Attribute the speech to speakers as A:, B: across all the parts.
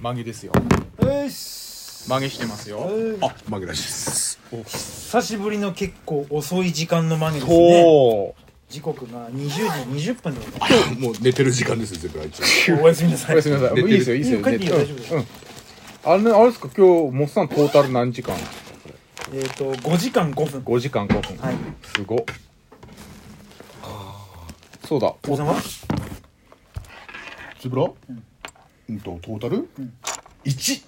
A: 曲げですよ
B: よいし
A: 曲げしてますよ
B: はい
C: あ、マグラシです。
B: 久しぶりの結構遅い時間のマネですね
A: お
B: 時刻が20時20分でございま
C: もう寝てる時間ですよ、全部あいつ。
B: すおやすみなさ
A: お
B: い
A: やすみなさいいい
C: 寝てる
A: ですよいいですよ
B: うん帰っていいよ
A: 寝
B: 大丈夫です
A: うんあれねあれですか今日モッさんトータル何時間
B: えっ、と5時間5分
A: 5時間5分
B: はい
A: すごっそうだ
B: お父様
C: つぶらうんと、トータル一。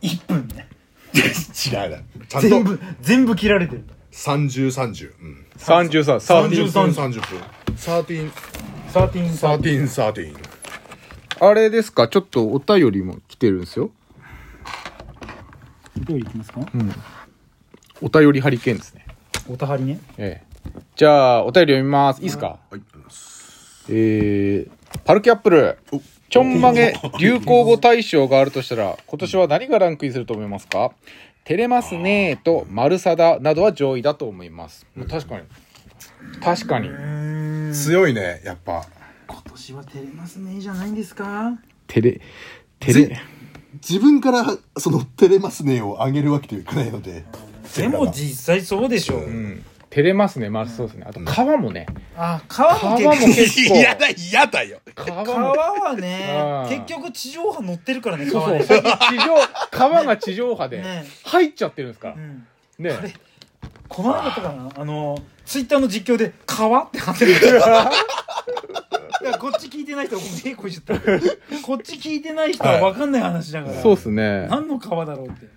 B: 1分ね
C: 違うな。ちゃん
B: 全
C: と
B: 部全部切られてる
C: 三十三十。うん。
A: 33
C: 三
A: 三
C: 十
B: 30
A: 30
C: 分三十分。サーティン、
B: 13
C: サー
B: さ
C: ティン、サーティン。
A: あれですかちょっとお便りも来てるんですよ
B: どういきますか
A: お便りハリケーンですね
B: おたはりね
A: ええじゃあお便り読みますいいですか
C: はい。
A: えー、パルキアップル
C: お
A: ちょんまげ流行語大賞があるとしたら今年は何がランクインすると思いますか照れますねーと丸さだなどは上位だと思います、確かに確かに
C: 強いね、やっぱ。
B: 今年は照れますねじゃないんですか
A: 照れ照
C: ぜ自分から、その、照れますねを上げるわけにはいかないので。
B: でも実際そうでしょ、う
A: うん照れますね丸そうですねあと川もね
B: あ川も
A: 川
B: 結
A: も
B: 構
A: 結構
C: 嫌だ、嫌だよ。
A: 川
B: 川
A: も
B: は
A: あー
B: ね結局地上波乗ってるからね
A: そう
B: 川
A: そう最
B: ね
A: 近地上川が地上波で
B: ね
A: 入っちゃってるんですから
B: うんあれ
A: ね
B: 困らなかったかなあのツイッターの実況で「川」って貼ってるい やこっち聞いてない人はえこいちゃったこっち聞いてない人は分かんない話だから、
A: そうっすね
B: 何の川だろうって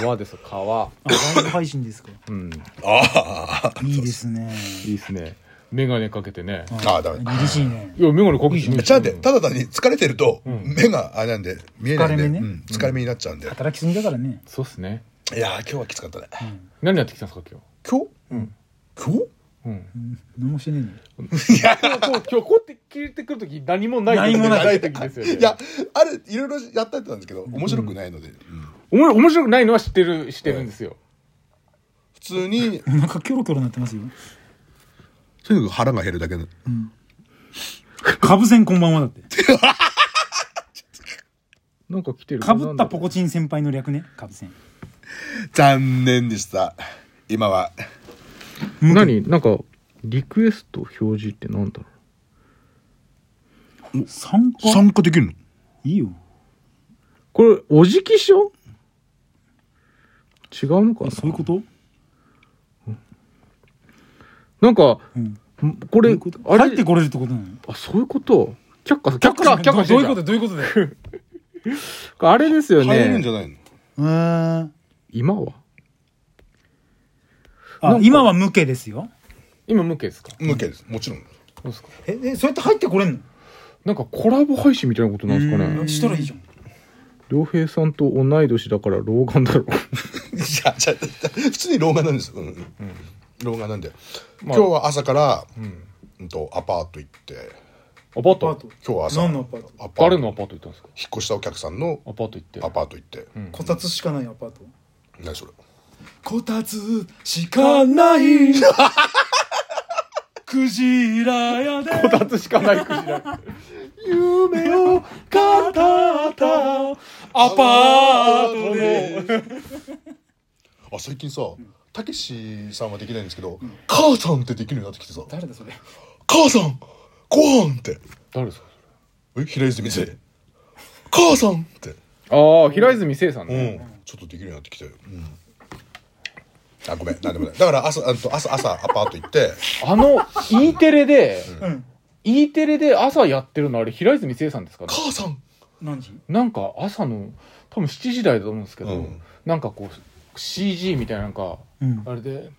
A: 川です川
B: あライブ配信ですか
A: うん
C: あ
B: いいですね
A: いいっすね眼鏡かけてね
C: あ。ああ、ダメ。
B: 厳しいね
A: いや眼鏡かけてね
C: ちゃんで、ただ単に疲れてると、目が、あれなんで、見えないん
B: 疲
C: で、
B: れ目ね
C: うん疲れ目になっちゃうんで。
B: 働きすぎだからね
A: そうっすね
C: いやー、今日はきつかったね。
A: 何やってきたんですか今
C: 今日
A: うん
C: 今日
A: 日うん
B: 何もしてね
A: 今日今日今日こうやって聞いてくる時何もない
B: 何もない
A: ない時ですよね
C: いや、あれ、いろいろやったってたんですけど、面白くないので、うん
A: おもろ面白くないのは知ってる知ってるんですよ
C: 普通に、
B: えのなんかキョロキョロなってますよ
C: とにかく腹が減るだけの。
B: かぶせんこんばんは だって
A: なんか来てる
B: かぶったポコチン先輩の略ねかぶせん
C: 残念でした。今は、
A: 何なんかリクエスト表示ってなんだろう
B: 参加
C: 参加できるの
B: いいよ
A: これおじき書違うのかな
B: そういうこと
A: なんか、
B: うん
A: んこれあれ
B: 入ってこれるってことなの
A: あそういうこと却下却下却下
B: どう
A: して
B: いうこ
A: んじ
B: とどういうことだよ
A: ゃんあれですよ
C: 入れるんじ
A: ね
C: ゃないの
B: あ
A: 今は
B: 今は無形ですよ
A: 今無形ですか
C: 向けです。もちろん。
A: どうですか
B: ええそうやって入ってこれんの
A: なんかコラボ配信みたいなことなんですかね
B: したらいいじゃん
A: 良平さんと同い年だから老眼だろ う
C: いや、じゃあ普通に老眼なんですよ。うん老眼なんで。
A: ま
C: 今
A: あ
C: 日は朝から、うんと、アパート行って、
A: アパー
B: パ
A: ト
B: ート
C: 今日は朝、
B: 何のアパート
C: アパート
A: 誰
C: 引
A: のアパート行ったんですか
C: っ越したお客さんの
A: アパート行って
C: アパート行って。
B: こたつしかないアパート
C: 何それ。
B: こたつしかない クジラ屋で
A: こたつしかないくじだ夢を語ったア
B: アパートで
C: あ最近さたけしさんはできないんですけど、母さんってできるようになってきてさ
B: 誰だそれ
C: 母さんご飯って
A: 誰ですか
C: え平泉聖母さんって
A: ああ平泉聖さん
C: う
A: ね、
C: んちょっとできるようになってきて、うんあごめんなんでもないだから朝あの朝朝アパート行って
A: あの E テレで、
B: うん
A: E テレで朝やってるのあれ平泉聖さんですかね
C: 母さん
B: 何時
A: なんか朝の多分7時台だと思うんですけど、
C: うん
A: なんかこう CG みたいななんか、
B: うん
A: あれで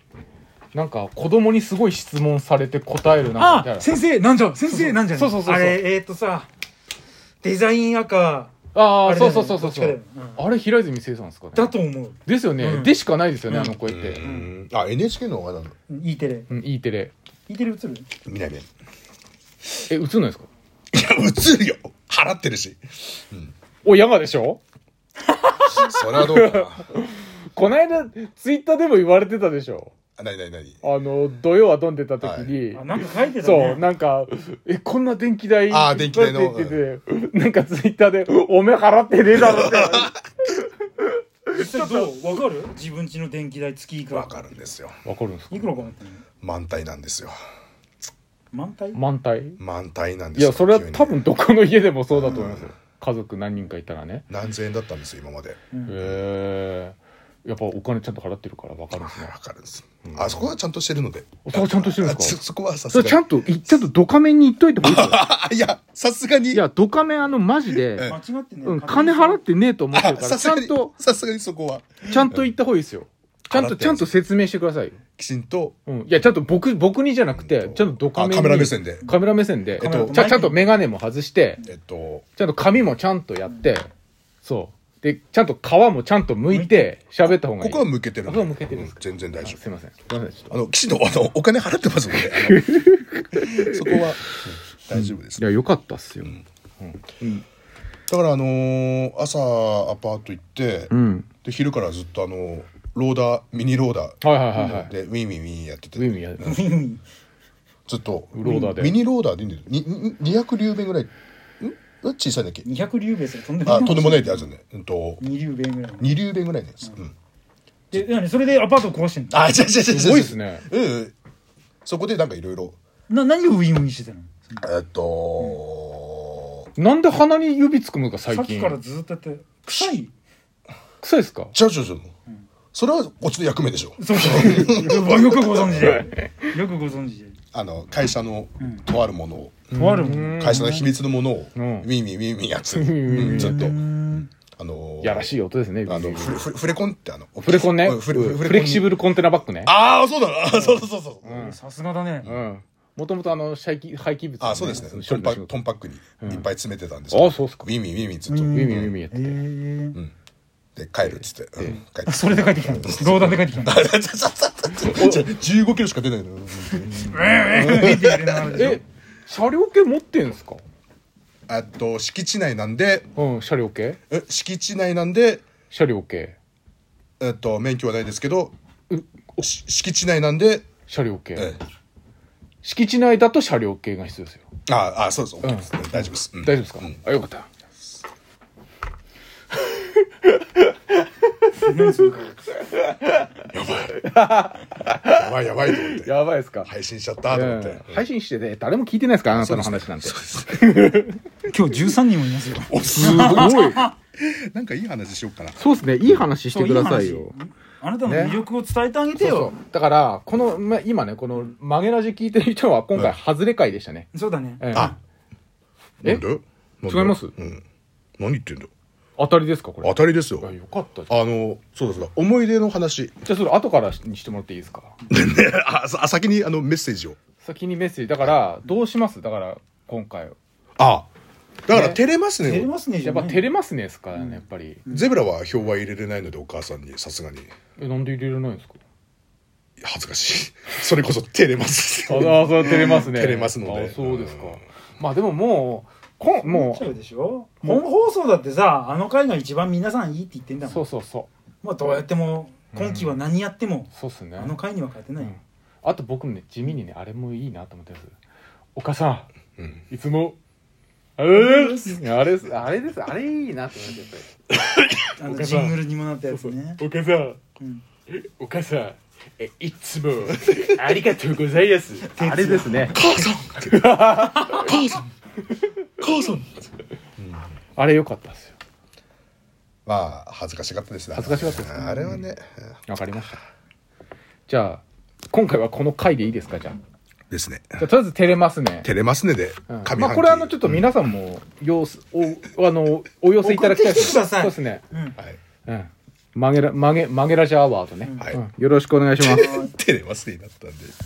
A: なんか子供にすごい質問されて答えるなみたい
B: あ
A: な
B: 先生なんじゃ先生なんじゃ
A: そうそうそうそう
B: あれえーっとさデザイン赤
A: あ
B: あ
A: あ
B: れ
A: そ
B: だ
A: う
B: よね
A: そうそうそうそう、
B: どっちかだよね
A: あれ平泉聖さんですかね
B: だと思う
A: ですよね、
B: うん
A: でしかないですよね、あの声って、
C: うんあ NHK のあれなの
B: E テレ
A: うん、E テレ
B: E テレ映る
C: 見ない見ない
A: え映んないですか
C: いや 映るよ払ってるし
A: おやがでしょ
C: それはどうかな
A: この間ツイッターでも言われてたでしょ
C: あなになになに
A: あの土曜は飲んでた時に、
B: あなんか書いてた
A: そう、
B: ね
A: なんか、え、こんな電気代。
C: あー電気代の
A: いっぱいって言ってて、なんかツイッターで、おめえ払ってねえだ ろって。
B: 実際どうわかる自分家の電気代月いくら
C: わかるんですよ
A: わかるんです
B: いくらかなってんの
C: 満体なんですよ
B: 満体
A: 満体
C: 満体なんで
A: い
C: すよ
A: や、それは
C: 急に
A: 多分どこの家でもそうだと思いますよ。家族何人かいたらね。
C: 何千円だったんですよ今まで
A: へえ。やっぱお金ちゃんと払ってるからわかるん ですね。
C: わかるんですあそこはちゃんとしてるので
A: そこちゃんとしてるん
C: あ
A: です
C: そ
A: か
C: そこはさ
A: そ
C: す
A: れちゃ
C: がに
A: んと、いちゃんとドカメンに言っといてほしいですよ。
C: あいやさすがに
A: いや、ドカメンあの、マジ
B: 間
A: で、
B: 違ってね
A: うん、金払ってねえと思ってる
C: あ
A: か
C: さ
A: ら、
C: す
A: ちゃ
C: が
A: ん
C: に
A: と、
C: さすがにそこは
A: ちゃんと言った方がいいですよ。ちゃん
C: 払
A: と、
C: って
A: ちゃんと説明してくださいよ。
C: きちんと
A: うん。いや、ちゃんと僕、僕にじゃなくて、ちゃんとドカメンに。
C: あカメラ目線で
A: カメラ目線で。
B: えっと
A: ちゃちゃんとメガネも外して、
C: えっと
A: ちゃんと髪もちゃんとやって、そう。で、ちゃんと皮もちゃんと剥いて、喋った方がい
C: こ
A: い。
C: こは向けてる
A: ここは向けてるん
C: う
A: で
C: ん
A: すか
C: 全然大丈
A: あ
C: 夫
A: すいません。すいません。ちょっと。
C: あのきちんとあのお金払ってますのであのそこはうん大丈夫です
A: いや、良かったっすよ。
C: だからあのー朝アパート行って、
A: うん。
C: で昼からずっとあのーローダーミニローダ
A: はいはいはいは
C: ー
A: い。
C: でウィンウィンウィンやってて
A: ウィンウィンやる。
B: うんうん
C: ずっと
A: ローダーで
C: ミニローダーでいいんだよにに200流弁ぐらいん小さいんだっけ
B: 200流米するとんでもな
C: あ
B: い
C: とんでもないってあるじゃんねうんと
B: 2流米ぐらいの
C: 2流弁ぐらいのやつ、うん、
B: で何それでアパート壊してんの
C: あ違う違う違う違う
A: すごいっすね
C: うんうんそこでなんかいろいろ
B: な何をウィンウィンしてたの
C: えっと、
A: なんで鼻に指つくのか最
B: さっき
A: 近
B: か。らずっとやって臭い
A: 臭いですか
C: 違う違う違う、それはこっちの役目でしょ
B: そう そうよくご存知でよくご存知で
C: あの会社のとあるものを、
B: とあるもん
A: うん
C: 会社の秘密のものを、
A: うん
C: ウィンウィンウィンウィンやつ、
A: ん
C: うんずっと、
B: うん
C: あのー
A: やらしい音ですね。
C: あのフレフレフレコンってあの
A: フレコンね。
C: うん
A: フ
C: フレフレコンに
A: レキシブルコンテナバッグね。
C: ああそうだなそうそうそうそう、
B: さすがだね
A: うん。もともとあの、廃棄廃棄物の
C: ああそうですね
A: 処
C: ト
A: 理の
C: ンパ
A: 仕事
C: トンパックにいっぱい詰めてたんです
A: ああ、そうっすか
C: ウ。ィンウィンウィンウィンずっと、
A: ウィンウィンウィンウィンやってて。
B: え
C: で帰るっつって、うん帰って
B: えそれで帰ってき たのローダーで帰ってきたの
C: 15キロしか出ないのよ
A: え、車両系持ってんすか
C: あと敷地内なんで
A: うん、車両系
C: え敷地内なんで
A: 車両系。
C: えっと免許はないですけど
A: う
C: し敷地内なんで、
A: 車両系。
C: え
A: 敷地内だと車両系が必要ですよ。
C: え、ああそうそう、OK です大丈夫です、うん
A: 大丈夫ですか、
C: うん
A: あ、よかった。
C: やばいやばいと思って
A: やばいですか、
C: 配信しちゃったと思って、
A: うん配信してて、誰も聞いてないですかあなたの話なんて。
B: 今日13人もいますよ
C: おすごい
A: すごい。
C: なんかいい話しようかな
A: そうですね。いい話してくださいよ。
B: あなたの魅力を伝えてあげて
A: そうそ
B: よ
A: う。だから、この、ま、今ね、この、曲げラジ聞いてる人は、今回、外れ会でしたね。
B: そうだね
A: ええ
C: あ
A: え
C: なんだよなんだ
A: 違います
C: うん、何言ってんだよ
A: 当たりですかこれ。
C: 当たりですよ
A: あよかった。じゃ
C: あのそうだそうだ思い出の話
A: あ、それ、後からにしてもらっていいですか
C: あさ先にあのメッセージを
A: 先にメッセージ。だから、どうしますだから、今回。
C: あだから
A: ね
C: 照れますね
B: 照れますねじ
A: や
B: ゃ
A: っ
B: な
A: ぱ、
B: い
A: 照れますねですからね、やっぱり。
C: ゼブラは票は入れれないのでお母さんにさすがに
A: え、なんで入れれないんですか
C: 恥ずかしいそれこそ照れます
A: ああ、そう、照れますね。
C: 照れますので
A: あそうですか
C: うん。
A: まあでももう、こん
B: も
A: も
B: うでしょ本放送だってさあの回が一番皆さんいいって言ってんだ
A: う、
B: もん
A: そうそうそう。
B: まあどうやっても今期は何やっても、
A: そうっすね。
B: あの回には勝てない、
A: うんあと僕もね、地味にね、あれもいいなと思ってます。お母さん、
C: うん
A: いつも、あれです、あれです、あれです、あれいいなと思ってやっぱり
B: あのジングルにもなったやつね
A: お母さん、
B: うん
A: お母さん、え、いつも、ありがとうござい ます。あれですね。
C: 母さん母さん母さん
A: あれ良かったですよ。
C: まあ恥ずかしかったですね
A: 恥ずかしかったですね
C: あれはね、
A: わかりました。じゃあ、今回はこの回でいいですか、じゃあ。
C: ですね
A: じゃあ、とりあえず照れますね。
C: 照れますねで
A: うん
C: 上
A: ま
C: 半
A: あ、
C: 期
A: これはあの、ちょっと皆さんも、様子、お、あの、お寄せいただきたいですね。
B: 送ってきてください
A: そうですね。
B: うん
C: はい
A: うん。曲げら、曲げ、曲げラジアワードね。
C: はい
A: うんよろしくお願いします。
C: 照れますねになったんで